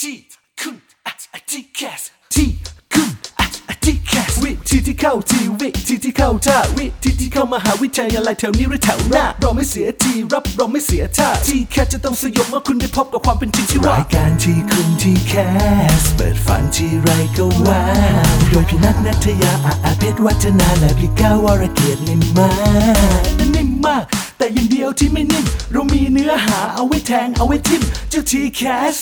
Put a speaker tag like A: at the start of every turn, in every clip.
A: ที่คุณอ่ะอ่ะที่แคสที่คุณอ่ะอ่ะที่แคสวิธีที่เข้าทีวิธีที่เข้าท่าวิธีที่เข้ามหาวิทยาลัยแถวนี้หรือแถวหน้าเราไม่เสียทีรับเราไม่เสียท่าที่แคสจะต้องสยบเมื่อคุณได้พบกับความเป็นจริงที่ว่ารายการที่คุณที่แคสเปิดฝันที่ไรก็ว้าวโดยพี่นัทนัทยาอาอาเพชรวัฒนาและพี่ก้าวรเกียรตินิ่มมากนิ่มมาก แต่อยังเดียวที่ไม่นิ่มเรามีเนื้อหาเอาไว้แทงเอาไว้ทิมเจ้าทีแคส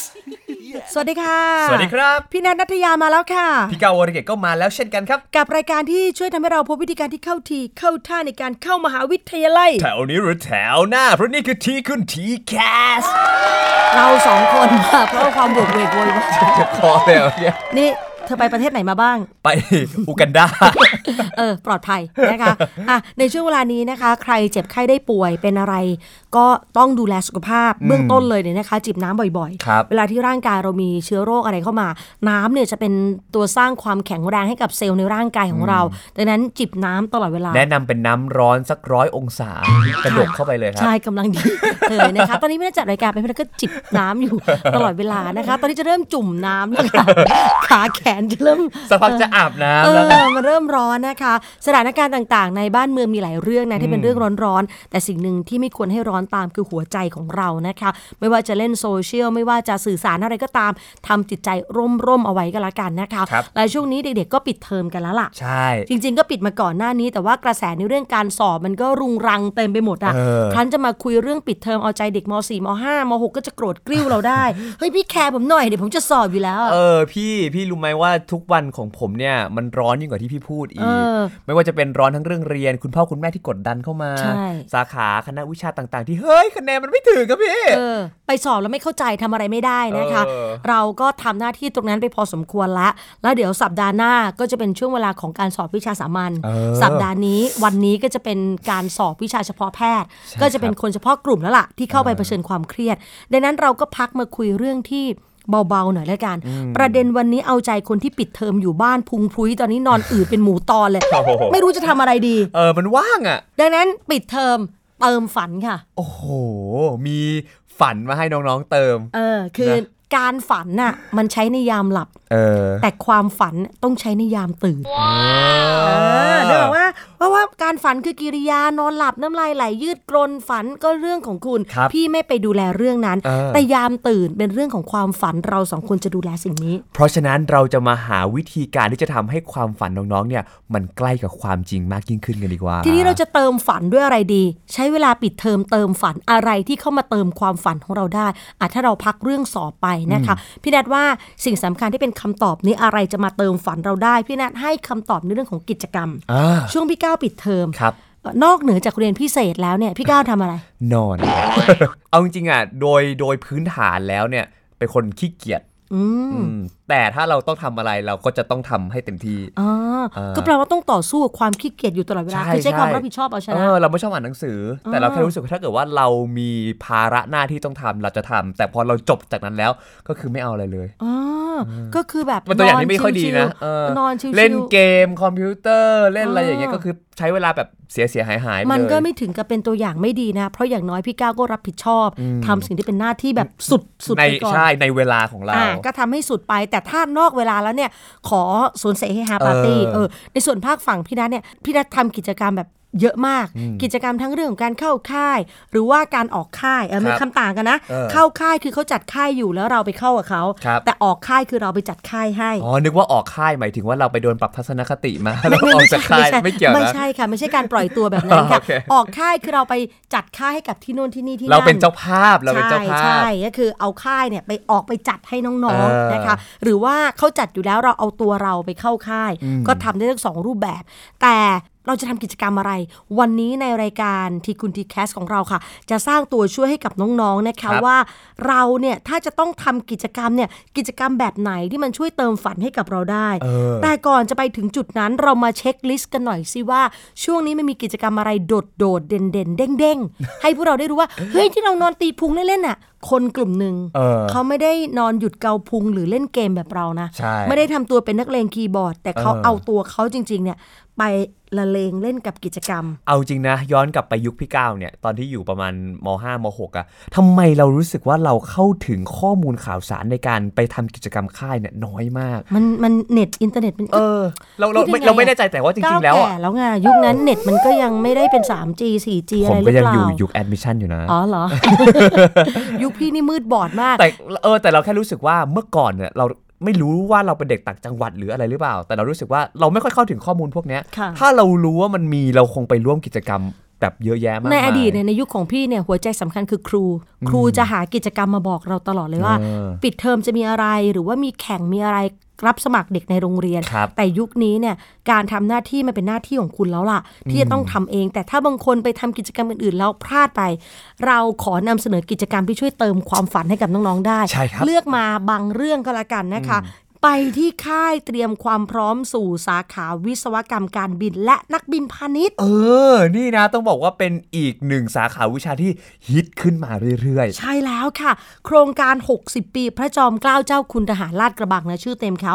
B: สวัสดีค่ะ
C: สวัสดีครับ
B: พี่นัทนัทยามาแล้วค่ะ
C: พี่เกาวรเกตก็มาแล้วเช่นกันครับ
B: กับรายการที่ช่วยทำให้เราพบวิธีการที่เข้าทีเข้าท่าในการเข้ามหาวิทยาลัย
C: แถวนี้หรือแถวหน้า เพราะนี่คือทีคุณทีแคส
B: เราสองคนมาเพราะความบวกเวกโวยวาย
C: จะคอเลยเหรอเนี่ย
B: นี่เธอไปประเทศไหนมาบ้าง
C: ไปอูกันดา
B: เออ ปลอดภัยนะคะอ่ะในช่วงเวลานี้นะคะ ใครเจ็บไข้ได้ป่วยเป็นอะไร ก็ต้องดูแลสุขภาพเบื้องต้นเลยเนี่ยนะคะ จิบน้ำบ่อย
C: ครับ
B: เวลาที่ร่างกายเรามีเชื้อโรคอะไรเข้ามา น้ำเนี่ยจะเป็นตัวสร้างความแข็งแรงให้กับเซลล์ในร่างกายของเรา ดังนั้นจิบน้ำตลอดเวลา
C: แนะนำเป็นน้ำร้อนสักร้อยองศากระดกเข้าไปเลยครับ
B: ใช่กำลังดี เลยนะคะ ตอนนี้ไม่ได้จัดรายการไปเพราะเราก็จิบน้ำอยู่ ตลอดเวลานะคะ ตอนนี้จะเริ่มจุ่มน้ำแล้วค่ะ ขาแขนจะเริ่ม
C: สักพักจะอาบน้ำ
B: เอ
C: แล้ว
B: อมันเริ่มร้อนนะคะ สถานการณ์ต่างๆ ในบ้านเมืองมีหลายเรื่องนะที่เป็นเรื่องร้อนๆ แต่สิ่งหนึ่งที่ไม่ควรให้ร้อนตามคือหัวใจของเรานะคะ ไม่ว่าจะเล่นโซเชียลไม่ว่าจะสื่อสารอะไรก็ตามทำจิตใจร่มๆเอาไว้ก็แล้วกันนะคะ
C: ครับ
B: และช่วงนี้เด็กๆ ก็ปิดเทอมกันแล้วล่ะ
C: ใช่
B: จริงๆ ก็ปิดมาก่อนหน้านี้ แต่ว่ากระแสในเรื่องการสอบมันก็รุงรังเต็มไปหมดอ่ะ
C: เออ
B: ครั้นจะมาคุยเรื่องปิดเทอมเอาใจเด็กม .4 ม .5 ม .6 ก็จะโกรธกริ้วเราได้ เฮ้ย พี่แคร์ผมหน่อยเดี๋ยวผมจะสอบอยู่แล้วอะ
C: เออพี่พี่รู้ไหมว่าทุกวันของผมเนี่ยมันร้อนยิ่งกว่าที่พี่พูดอี
B: เอก อ
C: ไม่ว่าจะเป็นร้อนทั้งเรื่องเรียน คุณพ่อคุณแม่ที่กดดันเข้ามา
B: ใช่
C: สาขาคณะวิชาต่างๆ ที่เฮ้ยคะแนนมันไม่ถึงครับพี่
B: เออไปสอบแล้วไม่เข้าใจทำอะไรไม่ได้นะคะ
C: เออ
B: เราก็ทำหน้าที่ตรงนั้นไปพอสมควรละ แล้วเดี๋ยวสัปดาห์หน้าก็จะเป็นช่วงเวลาของการสอบวิชาสามัญสัปดาห์นี้วันนี้ก็จะเป็นการสอบวิชาเฉพาะแพทย์ ก็จะเป็นคนเฉพาะกลุ่มแล้วล่ะ ที่เข้าไปเผชิญความเครียด ดังนั้นเราก็พักมาคุยเรื่องที่เบาๆหน่อยแล้วกัน ประเด็นวันนี้เอาใจคนที่ปิดเทอมอยู่บ้านพุงพลุยตอนนี้นอนอืดเป็นหมูตอนเลย
C: โอ้โห
B: ไม่รู้จะทำอะไรดี
C: เออมันว่างอ่ะ
B: ดังนั้นปิดเทอมเติมฝันค่ะ
C: โอ้โห มีฝันมาให้น้องๆเติม
B: เออคือ
C: นะ
B: การฝันน่ะมันใช้ในยามหลับ
C: เออ
B: แต่ความฝันต้องใช้ในยามตื่นเออเนื่องว่าเพราะว่าการฝันคือกิริยานอนหลับน้ำลายไหลยืดกรนฝันก็เรื่องของคุณ
C: ครับ
B: พี่ไม่ไปดูแลเรื่องนั้น
C: เออ
B: แต่ยามตื่นเป็นเรื่องของความฝันเราสองคนจะดูแลสิ่งนี้
C: เพราะฉะนั้นเราจะมาหาวิธีการที่จะทำให้ความฝันน้องๆ เนี่ย มันใกล้กับความจริงมากยิ่งขึ้นกันดีกว่า
B: ทีนี้เราจะเติมฝันด้วยอะไรดี ใช้เวลาปิดเทอมเติมฝันอะไรที่เข้ามาเติมความฝันของเราได้อาจถ้าเราพักเรื่องสอบไปนะคะ พี่นัดว่าสิ่งสำคัญที่เป็นคำตอบนี้อะไรจะมาเติมฝันเราได้ พี่นัดให้คำตอบในเรื่องของกิจกรรม
C: อ่า
B: ช่วงพี่ก้าวปิดเทอม
C: ครับ
B: เอ่อนอกเหนือจากเรียนพิเศษแล้วเนี่ยพี่ก้าวทำอะไร
C: นอน เอาจริงๆอ่ะ โดยโดยพื้นฐานแล้วเนี่ย เป็นคนขี้เกียจ
B: อืม
C: อืมแต่ถ้าเราต้องทำอะไรเราก็จะต้องทำให้เต็มที่
B: อ๋อก็แปลว่าต้องต่อสู้กับความขี้เกียจอยู่ตลอดเวลา
C: ใช่
B: คือใช้
C: ใช่
B: ความรับผิดชอบเอาช
C: เอ
B: นะ
C: อเราไม่ชอบอ่านหนังสือ แต่เราแค่รู้สึกว่าถ้าเกิดว่าเรามีภาระหน้าที่ต้องทำเราจะทำแต่พอเราจบจากนั้นแล้วก็คือไม่เอาอะไรเลย
B: อ๋อก็คือแบบ
C: เป็นตัวอย่างที่ไม่ค่อยดีนะ
B: ชิวๆ
C: เออน
B: อนชิวๆ
C: เล่นเกมคอมพิวเตอร์เล่นอะไรอย่างเงี้ย
B: เออ
C: ก็คือใช้เวลาแบบเสียเสียหายหาย
B: มัน
C: เลย
B: ก็ไม่ถึงกับเป็นตัวอย่างไม่ดีนะ เพราะอย่างน้อยพี่ก้าวก็รับผิดชอบทำสิ่งที่เป็นหน้าที่แบบสุดสุด
C: ใน
B: ไปก่อน
C: ใช่ในเวลาของเรา
B: อ่าก็ทำให้สุดไป แต่ถ้านอกเวลาแล้วเนี่ย ขอสวนเสรีให้ฮาปาร์ตี้
C: เออ
B: เออในส่วนภาคฝั่งพี่นัทเนี่ยพี่นัททำกิจกรรมแบบเยอะมาก กิจกรรมทั้งเรื่องของการเข้าค่าย หรือว่าการออกค่ายเออมันคำต่างกันนะ เข้าค่ายคือเขาจัดค่ายอยู่แล้วเราไปเข้ากับเขาแต่ออกค่ายคือเราไปจัดค่ายให้
C: อ๋อนึกว่าออกค่ายหมายถึงว่าเราไปโดนปรับทัศนคติมา แล้วออกจากค่ายไม่เกี่ยว
B: ไม่
C: นะ
B: ใช่ค่ะไม่ใช่การปล่อยตัวแบบนั้นค่ะ
C: โอเค
B: ออกค่ายคือเราไปจัดค่ายให้กับที่โน่นที่นี่ที่นั่น
C: เราเป็นเจ้าภาพเราเป็น
B: ใช่
C: เจ้าภา
B: ใช่
C: พ
B: ก็คือเอาค่ายเนี่ยไปออกไปจัดให้น้อง
C: เออ
B: ๆนะคะ หรือว่าเขาจัดอยู่แล้วเราเอาตัวเราไปเข้าค่าย ก็ทำได้ทั้งสองรูปแบบ แต่เราจะทำกิจกรรมอะไร วันนี้ในรายการทีคุณทีแคสของเราค่ะ จะสร้างตัวช่วยให้กับน้องๆนะ
C: ครั
B: คะ
C: บ
B: ว่าเราเนี่ยถ้าจะต้องทำกิจกรรมเนี่ยกิจกรรมแบบไหนที่มันช่วยเติมฝันให้กับเราได้
C: เออ
B: แต่ก่อนจะไปถึงจุดนั้นเรามาเช็คลิสต์กันหน่อยสิว่า ช่วงนี้มันมีกิจกรรมอะไรโดดโดดๆเด่นเด่นเด้งเด้งๆ ให้พวกเราได้รู้ว่า เฮ้ยที่เรานอนตีพุงเล่นๆน่ะ คนกลุ่มหนึ่ง
C: เออ
B: เขาไม่ได้นอนหยุดเกาพุงหรือเล่นเกมแบบเรานะ
C: ใช่
B: ไม่ได้ทำตัวเป็นนักเลงคีย์บอร์ด แต่เขา
C: เออ
B: เอาตัวเขาจริง ๆ เนี่ย ไป ละเลงเล่นกับกิจกรรม
C: เอาจริงนะ ย้อนกลับไปยุคพี่ก้าวเนี่ย ตอนที่อยู่ประมาณม5ม6อะทำไมเรารู้สึกว่าเราเข้าถึงข้อมูลข่าวสารในการไปทำกิจกรรมค่ายเนี่ยน้อยมาก
B: มันมันเน็ตอินเทอร์เน็ตมัน
C: เออ เราเราไม่
B: พูดยังง
C: เราไม่แน่ใจแต่ว่าจริง ๆ แล้ว
B: ก้า
C: อะ
B: ก่แล้วไงยุคนั้นเน็ตมันก็ยังไม่ได้เป็น 3G 4G อะ
C: ผ
B: ไร
C: ม
B: หรื
C: ก็
B: อ
C: ยัง
B: เปล่า
C: อยู่ยุคแอดมิชชั่นอยู่นะ
B: อ๋อเห รอ ยุคพี่นี่มืดบอดมาก
C: แต่เออแต่เราแค่รู้สึกว่าเมื่อก่อนเนี่ยเราไม่รู้ว่าเราเป็นเด็กต่างจังหวัดหรืออะไรหรือเปล่า แต่เรารู้สึกว่าเราไม่ค่อยเข้าถึงข้อมูลพวกเนี้ย
B: ค่ะ
C: ถ้าเรารู้ว่ามันมีเราคงไปร่วมกิจกรรมแบบเยอะแยะมากมาย
B: ในอดีตเนี่ยในยุคของพี่เนี่ยหัวใจสำคัญคือครู ครูจะหากิจกรรมมาบอกเราตลอดเลยว่า
C: เออ
B: ปิดเทอมจะมีอะไรหรือว่ามีแข่งมีอะไรรับสมัครเด็กในโรงเรียน
C: ครับ
B: แต่ยุคนี้เนี่ยการทำหน้าที่มันเป็นหน้าที่ของคุณแล้วล่ะ ที่จะต้องทำเอง แต่ถ้าบางคนไปทำกิจกรรมอื่นๆแล้วพลาดไป เราขอนำเสนอกิจกรรมที่ช่วยเติมความฝันให้กับน้องๆได้
C: ใช่ครับ
B: เลือกมาบางเรื่องก็แล้วกันนะคะ ไปที่ค่ายเตรียมความพร้อมสู่สาขาวิศวกรรมการบิน และนักบินพาณิชย์
C: เออ นี่นะต้องบอกว่าเป็นอีกหนึ่งสาขาวิชาที่ฮิตขึ้นมาเรื่อย
B: ใช่แล้วค่ะ โครงการ 60 ปี พระจอมเกล้าเจ้าคุณทหารลาดกระบังนะชื่อเต็มเขา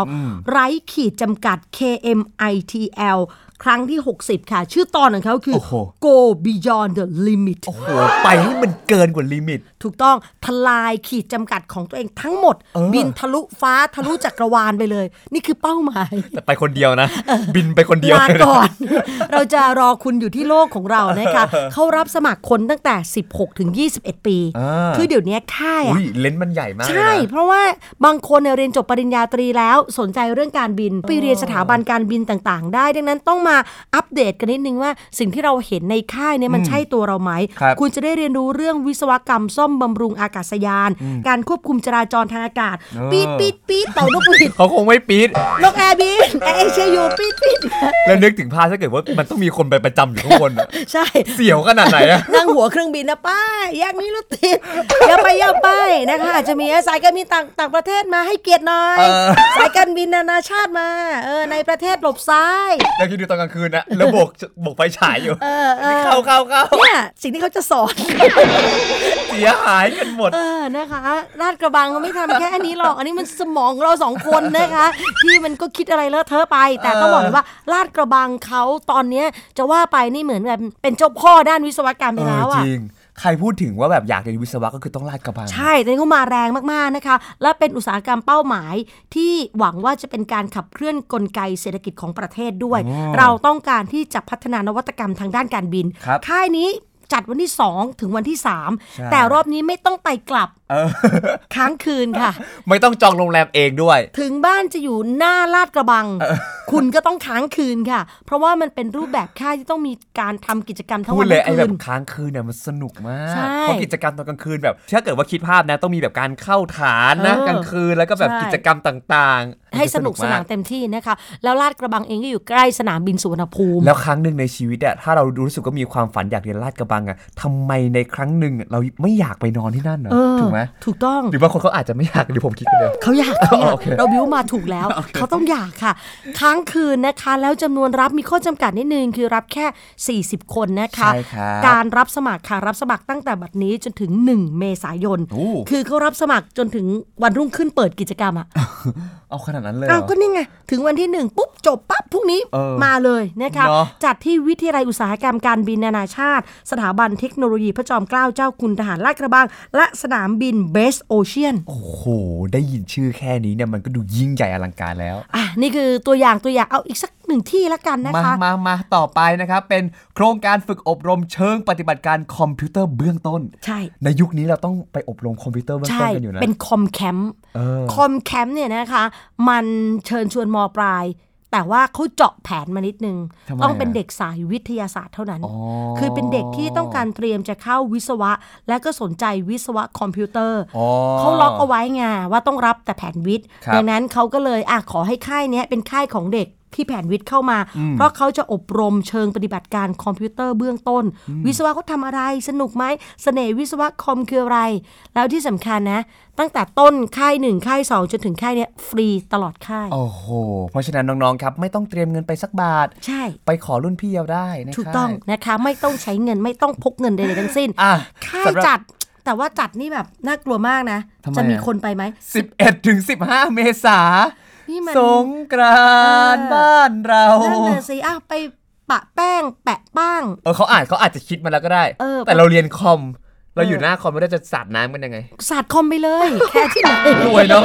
B: ไร้ขีดจำกัด KMITL ครั้งที่ 60 ค่ะ ชื่อตอนของเขาคือ
C: โอ้โห
B: Go Beyond the Limit
C: ๆ โอ้โห ไปให้มันเกินกว่าลิมิต
B: ถูกต้องทลายขีดจำกัดของตัวเองทั้งหมด
C: เออ
B: บินทะลุฟ้าทะลุจักรวาลไปเลย นี่คือเป้าหมาย
C: แต่ไปคนเดียวนะ บินไปคนเดียว
B: ลา
C: เลยนะ
B: ก่อน เราจะรอคุณอยู่ที่โลกของเรานะคะ เขารับสมัครคนตั้งแต่ 16 ถึง 21 ปี
C: อ่า
B: คือเดี๋ยวนี้ค่ายอะ
C: อุ้ยเลนส์มันใหญ่มากเลย
B: ใช่
C: นะ
B: เพราะว่าบางคนเนี่ยเรียนจบปริญญาตรีแล้วสนใจเรื่องการบิน ไปเรียนสถาบันการบินต่างๆ ได้ ดังนั้นต้องมาอัปเดตกันนิดนึงว่า สิ่งที่เราเห็นในค่ายเนี่ยมันใช่ตัวเราไหม
C: ครับ
B: ณจะได้เรียนรู้เรื่องวิศวกรรมซ่อมบำรุงอากาศยาน การควบคุมจราจรทางอากาศ ปี๊ดปี๊ดปี๊ดเป่านกหวีด
C: เขาคงไม่ปี๊ด
B: นกแอร์บินแอร์เอเชีย อยู่ปี๊ดปี๊ด
C: แล้วนึกถึงภาพถ้าเกิดว่ามันต้องมีคนไปประจำอยู่ข้างบนอะ
B: ใช่
C: เสียวขนาดไหนอะ
B: นั่งหัวเครื่องบินนะป้าแยกนี้รถติดอย่าไปอย่าไปนะคะอาจจะมีสายการบินต่างต่างประเทศมาให้เกียรติหน่อย
C: เออ
B: สายการบินนานาชาติมาเออในประเทศหลบซ้าย
C: แล้วคิดดูตอนกลางคืนนะแล้วโบกโบกไฟฉายอยู่
B: เออเออ
C: เข้าเข้าเข้า
B: เนี่ยสิ่งที่เขาจะสอน
C: เสียหายกันหมด
B: เออนะคะลาดกระบังเขาไม่ทำแค่อันนี้หรอก อันนี้มันสมองของเราสองคนนะคะที่มันก็คิดอะไรเลอะเทอะไป แต่ต้องบอกเลยว่าลาดกระบังเขาตอนเนี้ยจะว่าไปนี่เหมือนแบบเป็นเจ้าพ่อด้านวิศวกรรมไปแล้ว
C: เออ
B: อะ
C: จริง ใครพูดถึงว่าแบบอยากเรียนวิศวะก็คือต้องลาดกระบัง
B: ใช่ตอนนี้เขามาแรงมาก ๆ นะคะ และเป็นอุตสาหกรรมเป้าหมาย ที่หวังว่าจะเป็นการขับเคลื่อนกลไกเศรษฐกิจของประเทศด้วย เราต้องการที่จะพัฒนานวัตกรรมทางด้านการบิน
C: ครับ
B: ค่ายนี้จัดวันที่ 2 ถึงวันที่
C: ใช่
B: 3 แต่รอบนี้ไม่ต้องไปกลับ
C: เออ
B: ค้างคืนค่ะ
C: ไม่ต้องจองโรงแรมเองด้วย
B: ถึงบ้านจะอยู่หน้าลาดกระบัง คุณก็ต้องค้างคืนค่ะ เพราะว่ามันเป็นรูปแบบค่ายที่ต้องมีการทำกิจกรรมทั้ง
C: พู
B: วั
C: ด
B: น
C: เลย
B: ทั้
C: ไอ้
B: ง
C: แบ
B: คืน
C: บค้างคืนเนี่ยมันสนุกมาก
B: ใช่
C: เพราะกิจกรรมตอนกลางคืนแบบถ้าเกิดว่าคิดภาพนะต้องมีแบบการเข้าฐานนะ
B: เออก
C: ลางคืนแล้วก็แบบ
B: ใช่
C: กิจกรรมต่างๆ
B: ให้สนุกสนาน
C: ม
B: เต็มที่นะคะ แล้วลาดกระบังเองก็อยู่ใกล้สนามบินสุวรรณภูมิ
C: แล้วครั้งหนึ่งในชีวิตอะถ้าเรารู้สึกว่ามีความฝันอยากเรียนลาดกระบังอะทำไมในครั้งหนึ่งเราไม่อยากไปนอนที่นั่นเนอะ
B: เออ
C: ถูกไหม
B: ถูกต้อง
C: หรือบางคนเขาอาจจะไม่อยากหรือผมคิดไปเลย
B: เขาอยากเขาอยาก
C: โอเค
B: เราบิวมาถูกแล้ว เขาต้องอยากค่ะ ค้างคืนนะคะ แล้วจำนวนรับมีข้อจำกัดนิดนึง คือรับแค่ 40 คนนะคะ
C: ใช่ครับ
B: การรับสมัครค่ะ รับสมัครตั้งแต่บัดนี้จนถึง 1 เมษายน
C: โอ้
B: คือเขารับสมัครจนถึงวันรุ่งขึ้นเปิดกิจกรรมอ่ะ
C: เอาขนาดนั้นเลยเหร
B: อ้า
C: อ
B: วก็นี่ไง ถึงวันที่หนึ่งปุ๊บ จบปั๊บพรุ่งนี้
C: เออ
B: มาเลยนะคะ
C: เนอะ
B: จัดที่วิทยาลัยอุตสาหกรรมการบินนานาชาติ สถาบันเทคโนโลยีพระจอมเกล้าเจ้าคุณทหารลาดกระบัง และสนามบินเบสโอเชียน
C: โอ้โห ได้ยินชื่อแค่นี้เนี่ยมันก็ดูยิ่งใหญ่อลังการแล้ว
B: อ่ะ นี่คือตัวอย่างตัวอย่างเอาอีกสักหนึ่งที่ละกันนะ
C: มา
B: คะ
C: มามาต่อไปนะครับ เป็นโครงการฝึกอบรมเชิงปฏิบัติการคอมพิวเตอร์เบื้องต้น
B: ใช่
C: ในยุคนี้เราต้องไปอบรมคอมพิวเตอร์เบื้อง
B: ใช่
C: ต้นกันอยู่นะ
B: เป็นคอมแคมป์
C: เออ
B: คอมแคมป์เนี่ยนะคะ มันเชิญชวนมปลาย แต่ว่าเขาเจาะแผนมานิดนึง
C: ทำไม
B: ต้องเป็น
C: อะ
B: เด็กสายวิทยาศาสตร์เท่านั้น
C: อ๋อ
B: คือเป็นเด็กที่ต้องการเตรียมจะเข้าวิศวะ และก็สนใจวิศวะคอมพิวเตอร์
C: อ๋อ
B: เขาล็อกเอาไว้ไงว่าต้องรับแต่แผนวิทย์
C: ครับ
B: ดังนั้นเขาก็เลยอ่ะขอให้ค่ายเนี้ยเป็นค่ายของเด็กที่แผนวิทย์เข้ามา เพราะเขาจะอบรมเชิงปฏิบัติการคอมพิวเตอร์เบื้องต้น วิศวะเขาทำอะไรสนุกไหมเสน่ห์วิศวะคอมคืออะไร แล้วที่สำคัญนะ ตั้งแต่ต้นค่ายหนึ่งค่ายสองจนถึงค่ายเนี้ยฟรีตลอดค่าย
C: โอ้โห เพราะฉะนั้นน้องๆครับ ไม่ต้องเตรียมเงินไปสักบาท
B: ใช่
C: ไปขอรุ่นพี่เอาได้นะ
B: ถูกต้อง
C: ครับ
B: นะคะ ไม่ต้องใช้เงินไม่ต้องพกเงินใดๆทั้งสิ้น
C: อ่ะ
B: ค่าย
C: สำหรับ
B: จัดแต่ว่าจัดนี่แบบน่ากลัวมากนะ
C: ทำไม
B: จะมี
C: อะ
B: คนไปไหม
C: 11ถึง15 เมษา
B: นี่มัน
C: สงกรานต์บ้านเรา
B: นั่นน่ะสิอ่ะไปไป ปะแป้ง แปะป้าง
C: เออเขาอ่านเขาอาจจะคิดมาแล้วก็ได้
B: เออ
C: แต่เราเรียนคอม เราอยู่หน้าคอมไม่ได้จะสาดน้ำกันยังไง
B: ศาสตร์คอมไปเลย แค่ที่ไหน
C: รวยเนาะ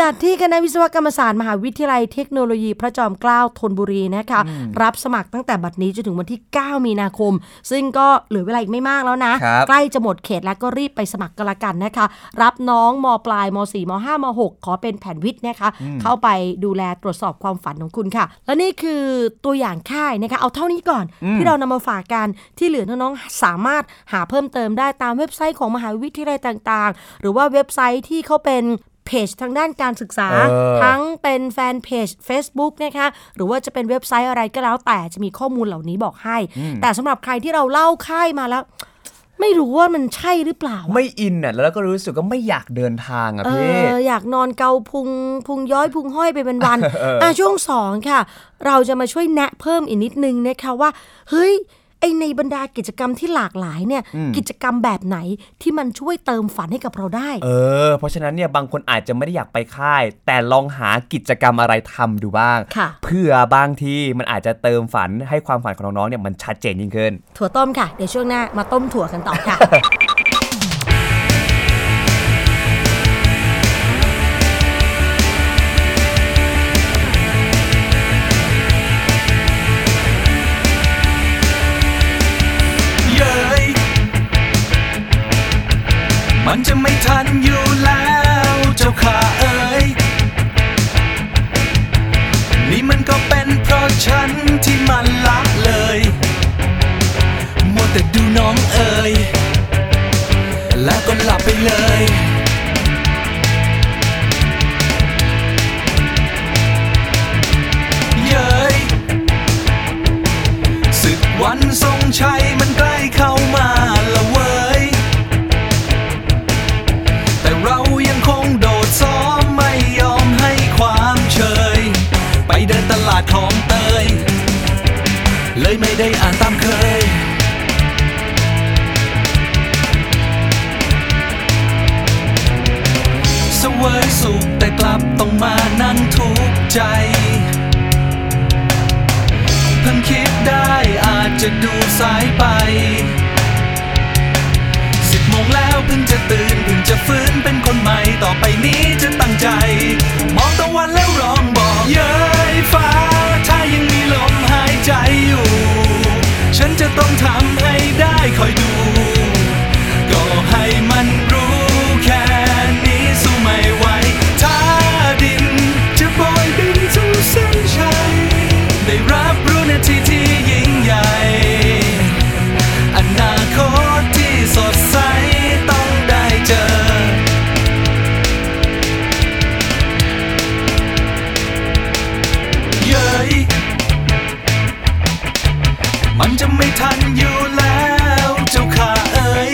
B: จัดที่คณะวิศวกรรมศาสตร์มหาวิทยาลัยเทคโนโลยีพระจอมเกล้าธนบุรีนะคะรับสมัครตั้งแต่บัดนี้จนถึงวันที่ 9 มีนาคม ซึ่งก็เหลือเวลาอีกไม่มากแล้วนะ
C: ครับ
B: ใกล้จะหมดเขตแล้วก็รีบไปสมัครกันละกันนะคะ รับน้องมปลายม .4 ม .5 ม .6 ขอเป็นแผนวิทย์นะคะ เข้าไปดูแลตรวจสอบความฝันของคุณค่ะ และนี่คือตัวอย่างค่ายนะคะ เอาเท่านี้ก่อนที่เรานำมาฝากกันที่เหลือน้องๆสามารถหาเพิ่มเติมได้ตามเว็บไซต์ของมหาวิทยาลัยต่างๆ หรือว่าเว็บไซต์ที่เขาเป็นเพจทางด้านการศึกษา
C: เออ
B: ทั้งเป็นแฟนเพจ Facebook นะคะ หรือว่าจะเป็นเว็บไซต์อะไรก็แล้วแต่จะมีข้อมูลเหล่านี้บอกให้ แต่สำหรับใครที่เราเล่าค่ายมาแล้ว ไม่รู้ว่ามันใช่หรือเปล่า
C: ไม่อินน่ะแล้วก็รู้สึกว่าไม่อยากเดินทางอ่ะ
B: เอ
C: พี่
B: ออยากนอนเกาพุงพุงย้อยพุงห้อยไปเป็นวันอ่ะช่วงสองค่ะ เราจะมาช่วยแนะเพิ่มอีกนิดนึงนะคะว่า เฮ้ย ไอในบรรดากิจกรรมที่หลากหลายเนี่ย กิจกรรมแบบไหนที่มันช่วยเติมฝันให้กับเราได้
C: เออ เพราะฉะนั้นเนี่ยบางคนอาจจะไม่ได้อยากไปค่าย แต่ลองหากิจกรรมอะไรทำดูบ้าง
B: ค่ะ
C: เพื่อบางทีมันอาจจะเติมฝันให้ความฝันของน้องๆเนี่ยมันชัดเจนยิ่งขึ้น
B: ถั่วต้มค่ะ เดี๋ยวช่วงหน้ามาต้มถั่วกันต่อค่ะ
A: เย้ยมันจะไม่ทันอยู่แล้วเจ้าขาเอ๋ยนี่มันก็เป็นเพราะฉันที่มันละเลยมัวแต่ดูน้องเอ๋ยแล้วก็หลับไปเลย เย้ย ศึกวันทรงชัยมันใกล้เข้ามาละเว้ย แต่เรายังคงโดดซ้อมไม่ยอมให้ความเชย ไปเดินตลาดของเตย เลยไม่ได้อ่านตามเคย เสวยสุขแต่กลับต้องมานั่งทุกข์ใจ เพิ่งคิดได้อาจจะดูสายไปสิบโมงแล้วเพิ่งจะตื่นเพิ่งจะฟื้นเป็นคนใหม่ต่อไปนี้จะตั้งใจ มองตะวันแล้วร้องบอกเย้ยฟ้า ถ้ายังมีลมหายใจอยู่ ฉันจะต้องทำให้ได้คอยดู ก็ให้มันรู้แค่นี้สู้ไม่ไหวถ้าดินจะโบยบินสู่เส้นชัย ได้รับรู้นาทีที่ยิ่งใหญ่ อนาคตที่สดใสต้องได้เจอ เย้ยมันจะไม่ทันอยู่แล้วเจ้าข้าเอ๋ย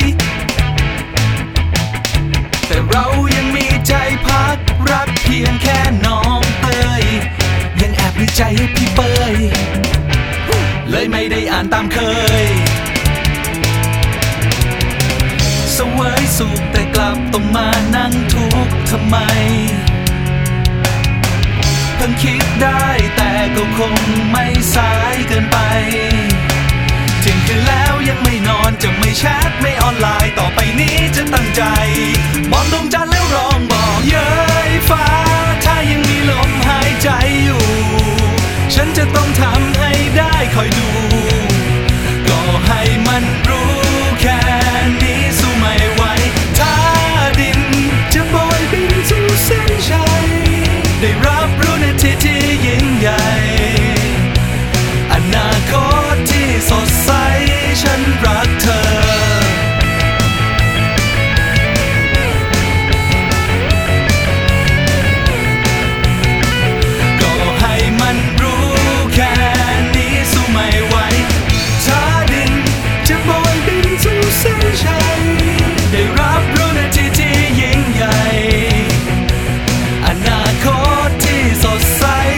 A: แต่เรายังมีใจพักรักเพียงแค่น้องเตย ยังแอบมีใจให้พี่เบย เลยไม่ได้อ่านตามเคยเสวยสุขแต่กลับต้องมานั่งทุกข์ทำไม เพิ่งคิดได้แต่ก็คงไม่สายเกินไป เที่ยงคืนแล้วยังไม่นอนจะไม่แชทไม่ออนไลน์ต่อไปนี้จะตั้งใจ มองดวงจันทร์แล้วร้องบอกเย้ยฟ้า ถ้ายังมีลมหายใจอยู่ ฉันจะต้องทำให้ได้คอยดู ก็ให้มันรู้แค่นี้สู้ไม่ไหวถ้าดินจะโบยบินสู่เส้นชัย ได้รับรู้นาทีที่ยิ่งใหญ่ อนาคตที่สดใสฉันรักเธอ ก็ให้มันรู้แค่นี้สู้ไม่ไหวถ้าดินจะโบยบินสู่เส้นชัย ได้รับรู้นาทีที่ยิ่งใหญ่ อนาคตที่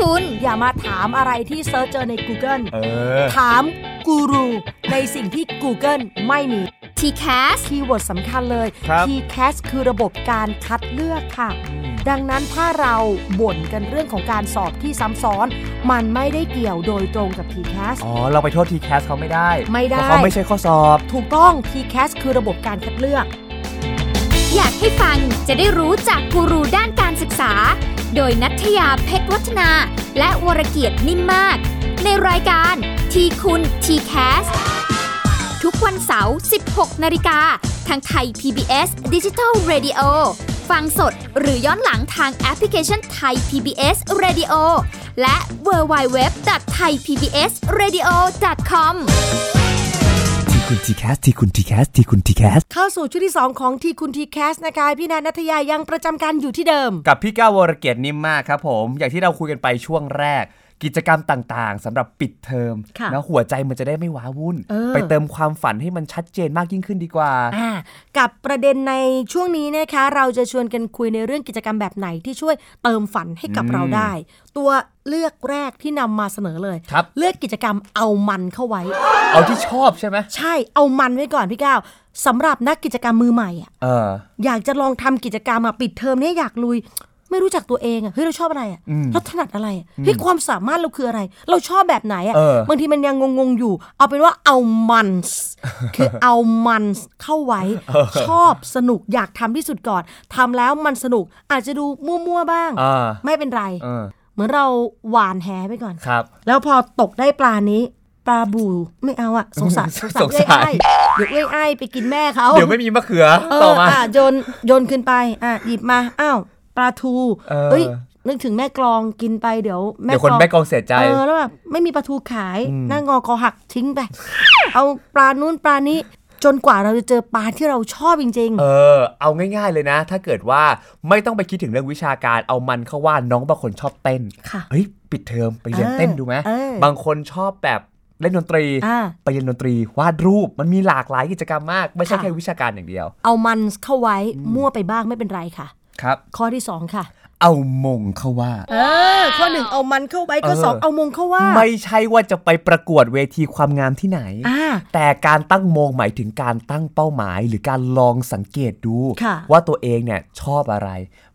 B: คุณอย่ามาถามอะไรที่เซิร์ชเจอใน Google
C: เออ
B: ถามกูรูในสิ่งที่ Google ไม่มี
D: t c a s
B: คีย์เวิร์ดสำคัญเลย
C: ครับ
B: TCAS คือระบบการคัดเลือกค่ะ ดังนั้นถ้าเราบ่นกันเรื่องของการสอบที่ซ้ำซ้อน มันไม่ได้เกี่ยวโดยตรงกับ TCAS
C: อ๋อ เราไปโทษทีแคสเขาไม่ได้
B: ไม่ได้
C: เพราะเขาไม่ใช่ข้อสอบ
B: ถูกต้อง TCAS คือระบบการคัดเลือก
D: อยากให้ฟังจะได้รู้จากกูรูด้านการศึกษา โดยนัทยาเพชรวัฒนา และวรเกียดนิ่มมาก ในรายการทีคุณ ทีแคสทุกวันเสาร์ 16 นาฬิกา ทางไทย PBS Digital Radio ฟังสดหรือย้อนหลังทางแอปพลิเคชันไทย PBS Radio และ w w w t h a i p b s r a d i o c o m
C: ทีคุณทีแคสทีคุณทีแคสทีคุณทีแคส
B: เข้าสู่ช่วงที่ 2 ของทีคุณทีแคสนะคะ พี่แนนนัทยายังประจำการอยู่ที่เดิม
C: กับพี่ก้าววรเกียรตินิ่มมากครับผม อย่างที่เราคุยกันไปช่วงแรก กิจกรรมต่างๆสำหรับปิดเทอม
B: ค่ะ
C: นะหัวใจมันจะได้ไม่ว้าวุ่น
B: เออ
C: ไปเติมความฝันให้มันชัดเจนมากยิ่งขึ้นดีกว่า
B: อ่ากับประเด็นในช่วงนี้นะคะ เราจะชวนกันคุยในเรื่องกิจกรรมแบบไหนที่ช่วยเติมฝันให้กับเราได้ ตัวเลือกแรกที่นำมาเสนอเลย
C: ครับ
B: เลือกกิจกรรมเอามันเข้าไว้
C: เอาที่ชอบใช่ไหม
B: ใช่เอามันไว้ก่อนพี่ก้าวสำหรับนักกิจกรรมมือใหม่อะ
C: เออ
B: อยากจะลองทำกิจกรรมอะปิดเทอมเนี่ยอยากลุย ไม่รู้จักตัวเองอะเฮ้ยเราชอบอะไรอะเราถนัดอะไรอะเฮ้ยความสามารถเราคืออะไร เราชอบแบบไหนอะ
C: เออ
B: บางทีมันยังงงๆอยู่ เอาเป็นว่าเอามัน ส์คือเอามันส์เข้าไว้ ชอบสนุกอยากทำที่สุดก่อนทำแล้วมันสนุกอาจจะดูมั่วๆบ้าง
C: อ่า
B: ไม่เป็นไร
C: เออ
B: เหมือนเราหวานแหไปก่อน
C: ครับ
B: แล้วพอตกได้ปลานี้ ปลาบูไม่เอาอะสงสาร สงสาร
C: สงสาร
B: เอ้ยไอ้ายเดี๋ยวเอ้ยไอ้ายไปกินแม่เขา
C: เดี๋ยวไม่มีมะเขือ
B: เอ
C: ต่อ
B: อ
C: มา
B: อ่ะโยนโยนขึ้นไปอ่ะหยิบมาอ้าวปลาทู
C: เออ
B: ยนึกถึงแม่กลองกินไปเดี๋ยวแม่
C: เดี๋ยวคนแม่กองเสียใจ
B: เออแล้วแบบไม่มีปลาทูขายหน้างอคอหักทิ้งไป เอาปลานู้นปลานี้ จนกว่าเราจะเจอปลาที่เราชอบจริง
C: เออ เอาง่ายๆเลยนะ ถ้าเกิดว่าไม่ต้องไปคิดถึงเรื่องวิชาการเอามันเข้าว่าน้องบางคนชอบเต้น
B: ค่ะ
C: เฮ้ยปิดเทอมไปเรียน
B: เออ
C: เต้นดูไหม
B: เออบ
C: างคนชอบแบบเล่นดนตรี
B: อ่า
C: ไปเรียนดนตรีวาดรูปมันมีหลากหลายกิจกรรมมาก ไม่ใช่
B: ค่ะ
C: แค่วิชาการอย่างเดียว
B: ๆ เอามันเข้าไว้มั่วไปบ้างไม่เป็นไรค่ะ
C: ครับ
B: ข้อที่สองค่ะ
C: เอามงเข้าว่า
B: เออข้อหนึ่งเอามันเข้าไว้ข้อ
C: เออ
B: สองเอามงเข้าว่า
C: ไม่ใช่ว่าจะไปประกวดเวทีความงามที่ไหน
B: อ่า
C: แต่การตั้งโมงหมายถึงการตั้งเป้าหมาย หรือการลองสังเกตดู
B: ค่ะ
C: ว่าตัวเองเนี่ยชอบอะไร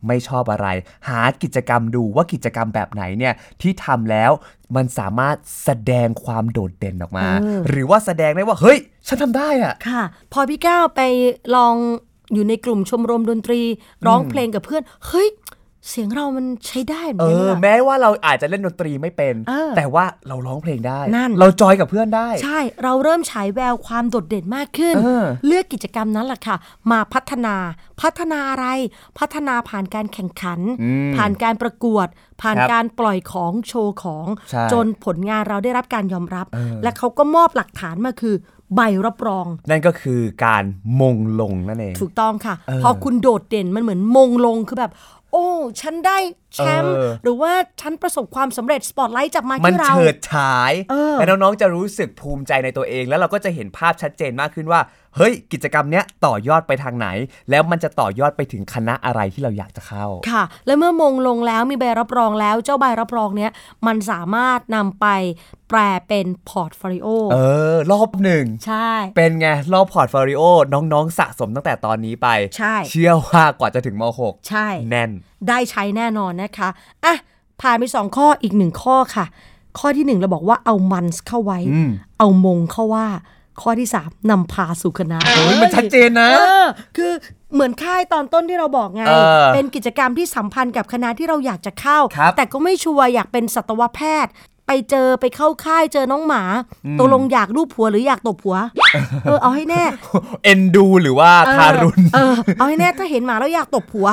C: ไม่ชอบอะไร หากิจกรรมดูว่ากิจกรรมแบบไหนเนี่ยที่ทำแล้วมันสามารถแสดงความโดดเด่นออกมา
B: เออ
C: หรือว่าแสดงได้ว่า เฮ้ย ฉันทำได้อะ
B: ค่ะ พอพี่ก้าวไปลองอยู่ในกลุ่มชมรมดนตรี ร้องเพลงกับเพื่อน เฮ้ย เสียงเรามันใช้ได้เหมือ
C: เอน
B: กันนี่ห
C: อ
B: ว่า
C: แม้ว่าเราอาจจะเล่นดนตรีไม่เป็น
B: เออ
C: แต่ว่าเราร้องเพลงได้
B: นั่น
C: เราจอยกับเพื่อนได้
B: ใช่เราเริ่มฉายแววความโดดเด่นมากขึ้น
C: เออ
B: เลือกกิจกรรมนั้นแหละค่ะ มาพัฒนาพัฒนาอะไร พัฒนาผ่านการแข่งขัน ผ่านการประกวด ผ่าน
C: ครับ
B: การปล่อยของโชว์ของ
C: ใช่
B: จนผลงานเราได้รับการยอมรับ และเขาก็มอบหลักฐานมาคือ ใบรับรอง
C: นั่นก็คือการมงลงนั่นเอง
B: ถูกต้องค่ะ พอคุณโดดเด่นมันเหมือนมงลงคือแบบ โอ้ ฉันได้แชมป์
C: เออ
B: หรือว่าฉันประสบความสำเร็จสปอตไลท์จับมา
C: มัน
B: ที่เรา
C: เฉิดฉาย
B: เออ
C: และน้องๆ จะรู้สึกภูมิใจในตัวเอง แล้วเราก็จะเห็นภาพชัดเจนมากขึ้นว่า เฮ้ย กิจกรรมเนี้ยต่อยอดไปทางไหน แล้วมันจะต่อยอดไปถึงคณะอะไรที่เราอยากจะเข้า
B: ค่ะ และเมื่อมงลงแล้วมีใบรับรองแล้วเจ้าใบรับรองเนี้ยมันสามารถนำไปแปลเป็นพอร์ตโฟลิโอ
C: เออ รอบหนึ่ง
B: ใช่
C: เป็นไง รอบพอร์ตโฟลิโอ น้องๆ สะสมตั้งแต่ตอนนี้ไป
B: ใช่
C: เชื่อว่ากว่าจะถึงม
B: ใช่
C: .6 แน่น
B: ได้ใช้แน่นอนนะคะ อ่ะ ผ่านไปสองข้ออีกหนึ่งข้อค่ะ ข้อที่หนึ่งเราบอกว่าเอามันส์เข้าไว้ เอามงเข้าว่า ข้อที่สามนำพาสู่คณะ
C: โอ้ยมันชัดเจนนะ
B: เออคือเหมือนค่ายตอนต้นที่เราบอกไง
C: เออ
B: เป็นกิจกรรมที่สัมพันธ์กับคณะที่เราอยากจะเข้า
C: ครับ
B: แต่ก็ไม่ชัวร์อยากเป็นสัตวแพทย์ ไปเจอไปเข้าค่ายเจอน้องหมาตกลงอยากรูปผัวหรืออยากตบผัว เออเอาให้ แน่
C: เอ็นดูหรือว่าทารุณ
B: เออเอาให้แน่ถ้าเห็นหมาแล้วอยากตบผัว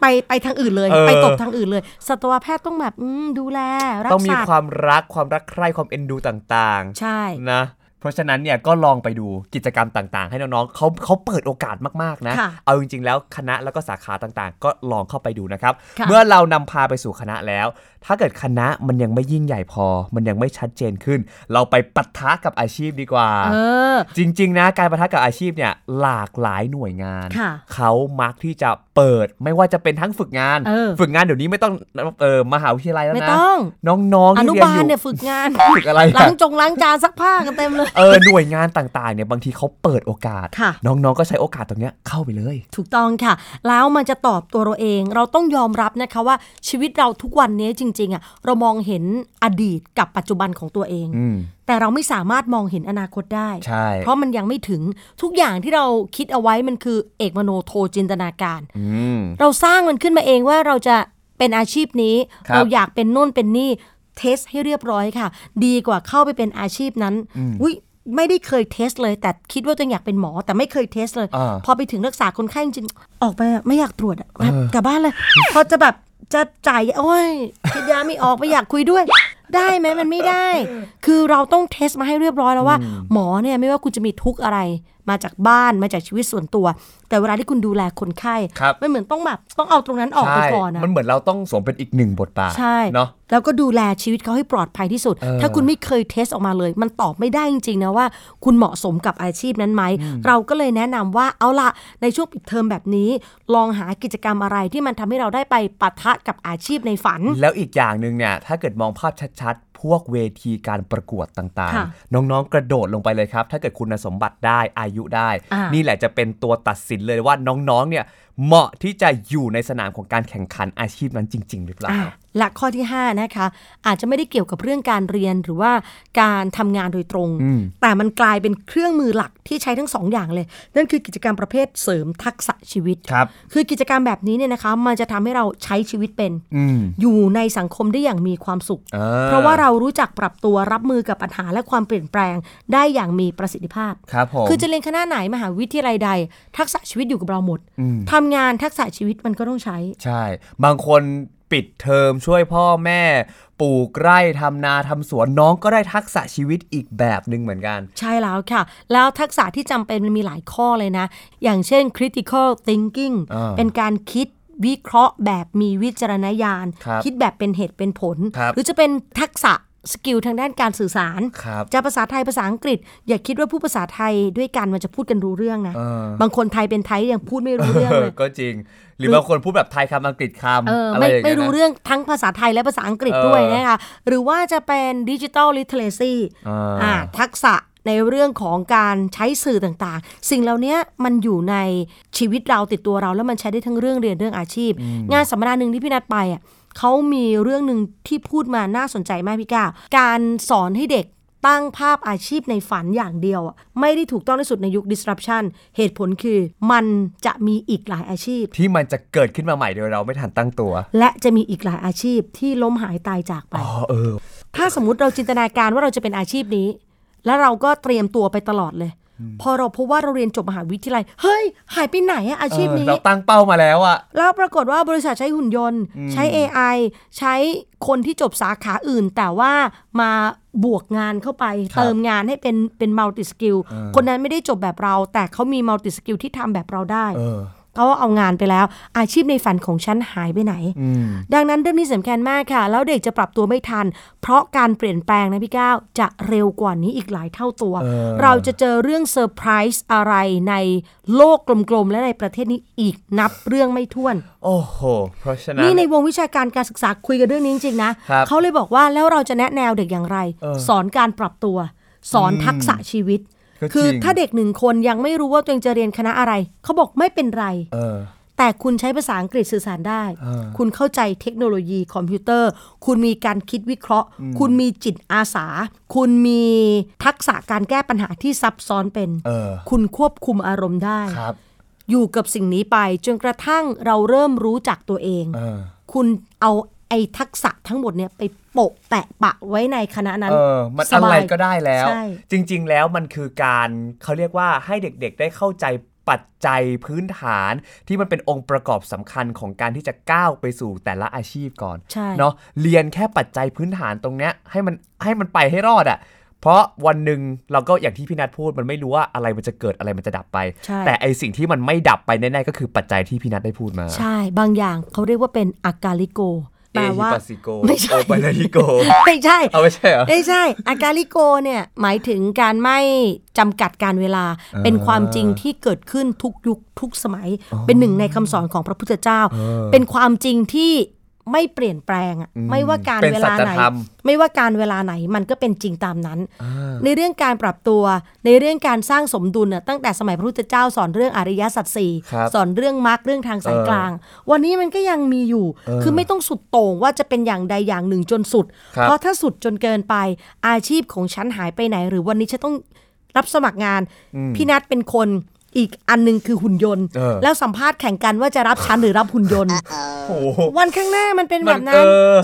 B: ไปไปทางอื่นเลย
C: เออ
B: ไปตบทางอื่นเลย สัตวแพทย์ต้องแบบอืมดูแลรัก
C: ต้องมี
B: ษา
C: ความรักความรักใคร่ความเอ็นดูต่างๆ
B: ใช่
C: นะ เพราะฉะนั้นเนี่ยก็ลองไปดูกิจกรรมต่างๆ ให้น้องๆเขาเขาเปิดโอกาสมากๆนะ
B: ค่ะ
C: เอาจริงๆแล้วคณะแล้วก็สาขาต่างๆ ก็ลองเข้าไปดูนะครับ
B: ค่ะ
C: เมื่อเรานำพาไปสู่คณะแล้ว ถ้าเกิดคณะมันยังไม่ยิ่งใหญ่พอ มันยังไม่ชัดเจนขึ้น เราไปปะทะกับอาชีพดีกว่า
B: เออ
C: จริง ๆ นะ การประทะกับอาชีพเนี่ยหลากหลายหน่วยงาน
B: ค่ะ
C: เขามักที่จะเปิดไม่ว่าจะเป็นทั้งฝึกงาน
B: เออ
C: ฝึกงานเดี๋ยวนี้ไม่ต้องเออมหาวิทยาลัยแล้ว
B: ไม่
C: นะ
B: ต้อง
C: น้องๆ
B: อ
C: ที่
B: นุ
C: เรียน
B: บา
C: อ
B: ล
C: ยู่
B: เนี่ยฝึกงาน
C: ฝึกอะไรอะ
B: ล้างจงล้างจานซักผ้ากันเต็มเลย
C: เออหน่วยงานต่างๆเนี่ยบางทีเขาเปิดโอกาส
B: ค่ะ
C: น้องๆก็ใช้โอกาสตรงเนี้ยเข้าไปเลย
B: ถูกต้องค่ะ แล้วมันจะตอบตัวเราเอง เราต้องยอมรับนะคะว่าชีวิตเราทุกวันนี้จริง ๆอ่ะเรามองเห็นอดีตกับปัจจุบันของตัวเอง
C: อืม
B: แต่เราไม่สามารถมองเห็นอนาคตได้
C: ใช่
B: เพราะมันยังไม่ถึงทุกอย่างที่เราคิดเอาไว้มันคือเอกมโนโทจินตนาการ
C: อืม
B: เราสร้างมันขึ้นมาเองว่าเราจะเป็นอาชีพนี้
C: ครับ
B: เราอยากเป็นโน่นเป็นนี่เทสให้เรียบร้อยค่ะ ดีกว่าเข้าไปเป็นอาชีพนั้นอุ้ยไม่ได้เคยเทสเลย แต่คิดว่าตัวเองอยากเป็นหมอแต่ไม่เคยเทสเลย
C: อ่า
B: พอไปถึงรักษาคนไข้จริงๆออกไปอะไม่อยากตรวจอะแบบกลับบ้านเลย พอจะแบบจะจ่ายโอ้ยคิดยาไม่ออกไม่อยากคุยด้วย ได้ไหมมันไม่ได้ คือเราต้องเทสมาให้เรียบร้อยแล้วว่า หมอเนี่ยไม่ว่าคุณจะมีทุกข์อะไร มาจากบ้านมาจากชีวิตส่วนตัว แต่เวลาที่คุณดูแลคนไข้
C: ครับ
B: มันเหมือนต้องแบบต้องเอาตรงนั้นออกไป
C: ใช่
B: ก่อนนะ
C: มันเหมือนเราต้องสวมเป็นอีกหนึ่งบทบาท
B: ใช่
C: เนาะ
B: แล้วก็ดูแลชีวิตเขาให้ปลอดภัยที่สุด
C: เออ
B: ถ้าคุณไม่เคยเทสออกมาเลย มันตอบไม่ได้จริงๆนะว่า คุณเหมาะสมกับอาชีพนั้นไหม เราก็เลยแนะนำว่าเอาละในช่วงปิดเทอมแบบนี้ ลองหากิจกรรมอะไรที่มันทำให้เราได้ไปปะทะกับอาชีพในฝัน
C: แล้วอีกอย่างหนึ่งเนี่ย ถ้าเกิดมองภาพชัดๆ พวกเวทีการประกวดต่าง
B: ค่ะ
C: ๆ น้องๆ กระโดดลงไปเลยครับ ถ้าเกิดคุณสมบัติได้อายุได้
B: อ่านี่
C: นี่แหละจะเป็นตัวตัดสินเลยว่าน้องๆ เนี่ยเหมาะที่จะอยู่ในสนามของการแข่งขันอาชีพนั้นจริง ๆ หรือเปล่า
B: ะและข้อที่ 5 นะคะ อาจจะไม่ได้เกี่ยวกับเรื่องการเรียนหรือว่าการทำงานโดยตรง
C: อืม
B: แต่มันกลายเป็นเครื่องมือหลักที่ใช้ทั้งสองอย่างเลย นั่นคือกิจกรรมประเภทเสริมทักษะชีวิต
C: ครับ
B: คือกิจกรรมแบบนี้เนี่ยนะคะมันจะทำให้เราใช้ชีวิตเป็น
C: อืม
B: อยู่ในสังคมได้อย่างมีความสุข
C: เออ
B: เพราะว่าเรารู้จักปรับตัวรับมือกับปัญหาและความเปลี่ยนแปลงได้อย่างมีประสิทธิภาพ
C: ครับผม
B: คือจะเรียนคณะไหนมหาวิทยาลัยใด ทักษะชีวิตอยู่กับเราหมด
C: อืม
B: ทำงานทักษะชีวิตมันก็ต้องใช้
C: ใช่ บางคนปิดเทอมช่วยพ่อแม่ ปลูกไร่ทำนาทำสวนน้องก็ได้ทักษะชีวิตอีกแบบหนึ่งเหมือนกัน
B: ใช่แล้วค่ะ แล้วทักษะที่จำเป็นมันมีหลายข้อเลยนะ อย่างเช่น critical thinking
C: อ่า
B: เป็นการคิดวิเคราะห์แบบมีวิจารณญาณ
C: ครับ
B: ดแบบเป็นเหตุเป็นผล
C: ครับ
B: หรือจะเป็นทักษะสกิลทางด้านการสื่อสาร
C: ครับ
B: จะภาษาไทยภาษาอังกฤษ อย่าคิดว่าผู้ภาษาไทยด้วยกันมันจะพูดกันรู้เรื่องนะ
C: เออ
B: บางคนไทยเป็นไทยยังพูดไม่รู้เรื่องเลย
C: ก็จริง หรือบางคนพูดแบบไทยคำอังกฤษคำ
B: เอออ
C: อะไร
B: ไม่
C: อย่าง
B: ไม่
C: เงี้ย
B: รู้
C: นะ
B: เรื่องทั้งภาษาไทยและภาษาอังกฤษ
C: เออ
B: ด้วยนะคะหรือว่าจะเป็นดิจิทัลลิเทเลซี
C: อ่า
B: ทักษะในเรื่องของการใช้สื่อต่างๆ สิ่งเหล่านี้มันอยู่ในชีวิตเราติดตัวเรา แล้วมันใช้ได้ทั้งเรื่องเรียนเรื่องอาชีพ งานสัมมนาหนึ่งที่พี่นัดไปอ่ะเขามีเรื่องหนึ่งที่พูดมาน่าสนใจมากพี่ก้าวการสอนให้เด็กตั้งภาพอาชีพในฝันอย่างเดียวอะไม่ได้ถูกต้องที่สุดในยุค disruption เหตุผลคือมันจะมีอีกหลายอาชีพ
C: ที่มันจะเกิดขึ้นมาใหม่โดยเราไม่ทันตั้งตัว
B: และจะมีอีกหลายอาชีพที่ล้มหายตายจากไป
C: อ๋อเออ
B: ถ้าสมมติเราจินตนาการว่าเราจะเป็นอาชีพนี้ แล้วเราก็เตรียมตัวไปตลอดเลย พอเราพบว่าเราเรียนจบมหาวิทยาลัย เฮ้ย หายไปไหนอะอาชีพนี้
C: เราตั้งเป้ามาแล้วอะ
B: แล้วปรากฏว่าบริษัทใช้หุ่นยนต์ ใช้ AI ใช้คนที่จบสาขาอื่น แต่ว่ามาบวกงานเข้าไป
C: ครับ
B: เติมงานให้เป็นเป็นมัลติสกิลคนนั้นไม่ได้จบแบบเรา แต่เขามีมัลติสกิลที่ทำแบบเราได้
C: เออ
B: เขาเอางานไปแล้ว อาชีพในฝันของฉันหายไปไหน
C: อืม
B: ดังนั้นเรื่องนี้สำคัญมากค่ะ แล้วเด็กจะปรับตัวไม่ทัน เพราะการเปลี่ยนแปลงนะพี่ก้าวจะเร็วกว่านี้อีกหลายเท่าตัว
C: เออ
B: เราจะเจอเรื่องเซอร์ไพรส์อะไรในโลกกลมๆ และในประเทศนี้อีกนับเรื่องไม่ถ้วน
C: โอ้โห เพราะฉะนั้น
B: นี่ในวงวิชาการการศึกษาคุยกันเรื่องนี้จริงๆนะครับเขาเลยบอกว่าแล้วเราจะแนะแนวเด็กอย่างไร
C: เออ
B: สอนการปรับตัว สอนทักษะชีวิต
C: ก็จริง
B: คือถ้าเด็กหนึ่งคนยังไม่รู้ว่าตัวเองจะเรียนคณะอะไรเขาบอกไม่เป็นไร
C: เออ
B: แต่คุณใช้ภาษาอังกฤษสื่อสารได้
C: อ่า
B: คุณเข้าใจเทคโนโลยีคอมพิวเตอร์ คุณมีการคิดวิเคราะห์ คุณมีจิตอาสา คุณมีทักษะการแก้ปัญหาที่ซับซ้อนเป็น
C: เออ
B: คุณควบคุมอารมณ์ได้
C: ครับ
B: อยู่กับสิ่งนี้ไปจนกระทั่งเราเริ่มรู้จักตัวเอง
C: เออ
B: คุณเอาไอ้ทักษะทั้งหมดเนี่ยไปโปะแปะปะไว้ในคณะนั้น
C: เออ มัน
B: ส
C: อะไร
B: บาย
C: ก็ได้แล้ว
B: ใช่
C: จริง ๆ แล้วมันคือการเขาเรียกว่าให้เด็กๆ ได้เข้าใจปัจจัยพื้นฐาน ที่มันเป็นองค์ประกอบสำคัญของการที่จะก้าวไปสู่แต่ละอาชีพก่อน
B: ใช่
C: เนาะ เรียนแค่ปัจจัยพื้นฐานตรงเนี้ยให้มันให้มันไปให้รอดอะ่ะ เพราะวันหนึ่งเราก็อย่างที่พี่นัทพูดมันไม่รู้ว่าอะไรมันจะเกิดอะไรมันจะดับไป
B: ใช่
C: แต่ไอสิ่งที่มันไม่ดับไปแน่ๆก็คือปัจจัยที่พี่นัทได้พูดมา
B: ใช่ บางอย่างเขาเรียกว่าเป็นอากาลิโก แปลว่า
C: เอฮิปัสซิโก
B: ไม่ใช่
C: โอปานาฮิโก
B: ไม่ใช่
C: เอาไม่ใช่เหรอ
B: ไม่ใช่ อากาลิโกเนี่ยหมายถึงการไม่จำกัดการเวลา เป็นความจริงที่เกิดขึ้นทุกยุคทุกสมัย เป็นหนึ่งในคำสอนของพระพุทธเจ้า เป็นความจริงที่ไม่เปลี่ยนแปลงอะไม่ว่าการ
C: เป็น
B: เว
C: สั
B: ลา
C: จ
B: ไหน
C: ธรรม
B: ไม่ว่าการเวลาไหนมันก็เป็นจริงตามนั้น ในเรื่องการปรับตัวในเรื่องการสร้างสมดุลน่ะตั้งแต่สมัยพระพุทธเจ้าสอนเรื่องอริยสัจสี่
C: ครับ
B: สอนเรื่องมรรคเรื่องทางสาย
C: เออก
B: ลาง วันนี้มันก็ยังมีอยู่ คือไม่ต้องสุดโต่งว่าจะเป็นอย่างใดอย่างหนึ่งจนสุด
C: ครับ
B: เพราะถ้าสุดจนเกินไปอาชีพของฉันหายไปไหน หรือวันนี้ฉันต้องรับสมัครงานพี่นัทเป็นคนอีกอันหนึงคือหุ่นยนต์
C: เออ
B: แล้วสัมภาษณ์แข่งกันว่าจะรับฉันหรือรับหุ่นย นต์
C: โอ้โห
B: วันข้างหน้ามันเป็น
C: มั
B: แบ
C: น
B: บนั้น
C: เออ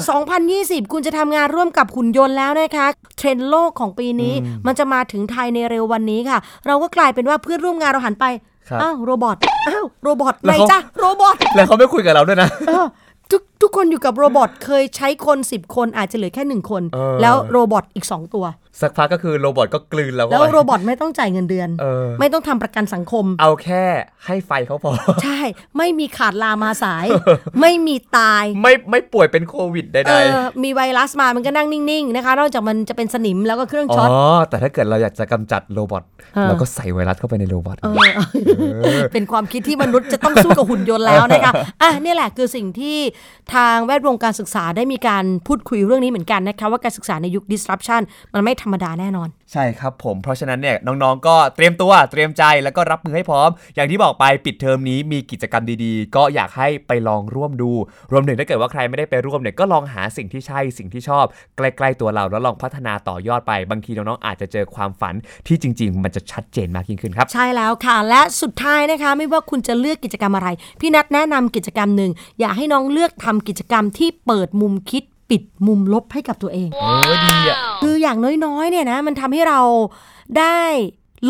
B: 2020 คุณจะทำงานร่วมกับหุ่นยนต์แล้วนะคะ เทรนด์โลกของปีนี้ มันจะมาถึงไทยในเร็ววันนี้ค่ะ เราก็กลายเป็นว่าเพื่อนร่วมงานเราหันไป
C: ครับ
B: อ้าว โรบอท อ้าว โรบอทไห
C: แล้
B: น
C: ว
B: จ้ะโรบอท
C: แล้วเขาไม่คุยกับเราด้วยนะ
B: เออทุกทุกคนอยู่กับโรบ อทเคยใช้คน 10 คนอาจจะเหลือแค่หนึ่งคน
C: เออ
B: แล้วโรบอทอีก 2 ตัว
C: สักพักก็คือโรบอทก็กลืนเราเข้า
B: แล้ว
C: ไป
B: โรบอทไม่ต้องจ่ายเงินเดือน
C: เออ
B: ไม่ต้องทำประกันสังคม
C: เอาแค่ให้ไฟเขาพอ
B: ใช่ ไม่มีขาดลามาสาย ไม่มีตาย
C: ไม่ไม่ป่วยเป็นโควิดใด
B: เออมีไวรัสมา มันก็นั่งนิ่ง ๆ นะคะ นอกจากมันจะเป็นสนิมแล้วก็เครื่อง
C: ๆ อ๋
B: ช็
C: อ
B: อต
C: แต่ถ้าเกิดเราอยากจะกำจัดโรบอท
B: เออ
C: เราก็ใส่ไวรัสเข้าไปในโรบอท
B: เออ เป็นความคิดที่มนุษย์จะต้องสู้กับหุ่นยนต์แล้วนะคะ อ่ะเนี่ยแหละคือสิ่งที่ทางแวดวงการศึกษาได้มีการพูดคุยเรื่องนี้เหมือนกันนะคะว่าการศึกษาในยุค disruption มันไม่ธรรมดาแน่นอน
C: ใช่ครับผม เพราะฉะนั้นเนี่ยน้องๆ ก็เตรียมตัวเตรียมใจแล้วก็รับมือให้พร้อม อย่างที่บอกไปปิดเทอมนี้มีกิจกรรมดีๆ ก็อยากให้ไปลองร่วมดู รวมถึงถ้าเกิดว่าใครไม่ได้ไปร่วมเนี่ยก็ลองหาสิ่งที่ใช่สิ่งที่ชอบ ใกล้ๆตัวเราแล้วลองพัฒนาต่อยอดไป บางทีน้องๆอาจจะเจอความฝันที่จริง ๆ มันจะชัดเจนมากยิ่งขึ้นครับ
B: ใช่แล้วค่ะ และสุดท้ายนะคะ ไม่ว่าคุณจะเลือกกิจกรรมอะไร พี่นัทแนะนำกิจกรรมหนึ่งอยากให้น้องเลือกทำกิจกรรมที่เปิดมุมคิดปิดมุมลบให้กับตัวเอง
C: เออดีอ่ะ
B: คืออย่างน้อยๆ เนี่ยนะมันทำให้เราได้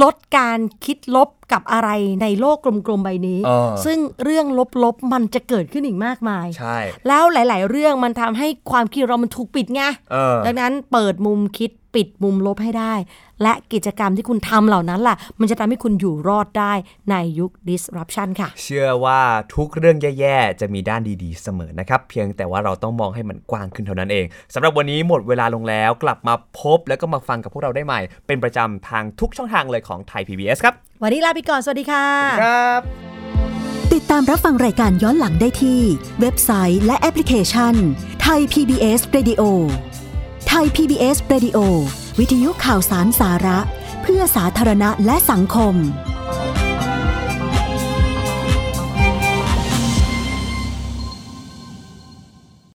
B: ลดการคิดลบกับอะไรในโลกกลมๆ ใบนี้
C: เออ
B: ซึ่งเรื่องลบๆ มันจะเกิดขึ้นอีกมากมาย
C: ใช่
B: แล้วหลาย ๆ เรื่องมันทำให้ความคิดเรามันถูกปิดไง
C: เออ
B: ดังนั้นเปิดมุมคิดปิดมุมลบให้ได้ และกิจกรรมที่คุณทำเหล่านั้นล่ะ มันจะทำให้คุณอยู่รอดได้ในยุค disruption ค่ะ
C: เชื่อว่าทุกเรื่องแย่ๆ จะมีด้านดีๆ เสมอนะครับ เพียงแต่ว่าเราต้องมองให้มันกว้างขึ้นเท่านั้นเองสำหรับวันนี้หมดเวลาลงแล้ว กลับมาพบแล้วก็มาฟังกับพวกเราได้ใหม่ เป็นประจำทางทุกช่องทางเลยของไทย PBS ครับ
B: วันนี้ลาไปก่อน สวัสดีค่ะ
C: ครับ
E: ติดตามรับฟังรายการย้อนหลังได้ที่ เว็บไซต์และแอปพลิเคชันไทย PBS Radio ไทย PBS Radio วิทยุข่าวสารสาระ เพื่อสาธารณะและสังคม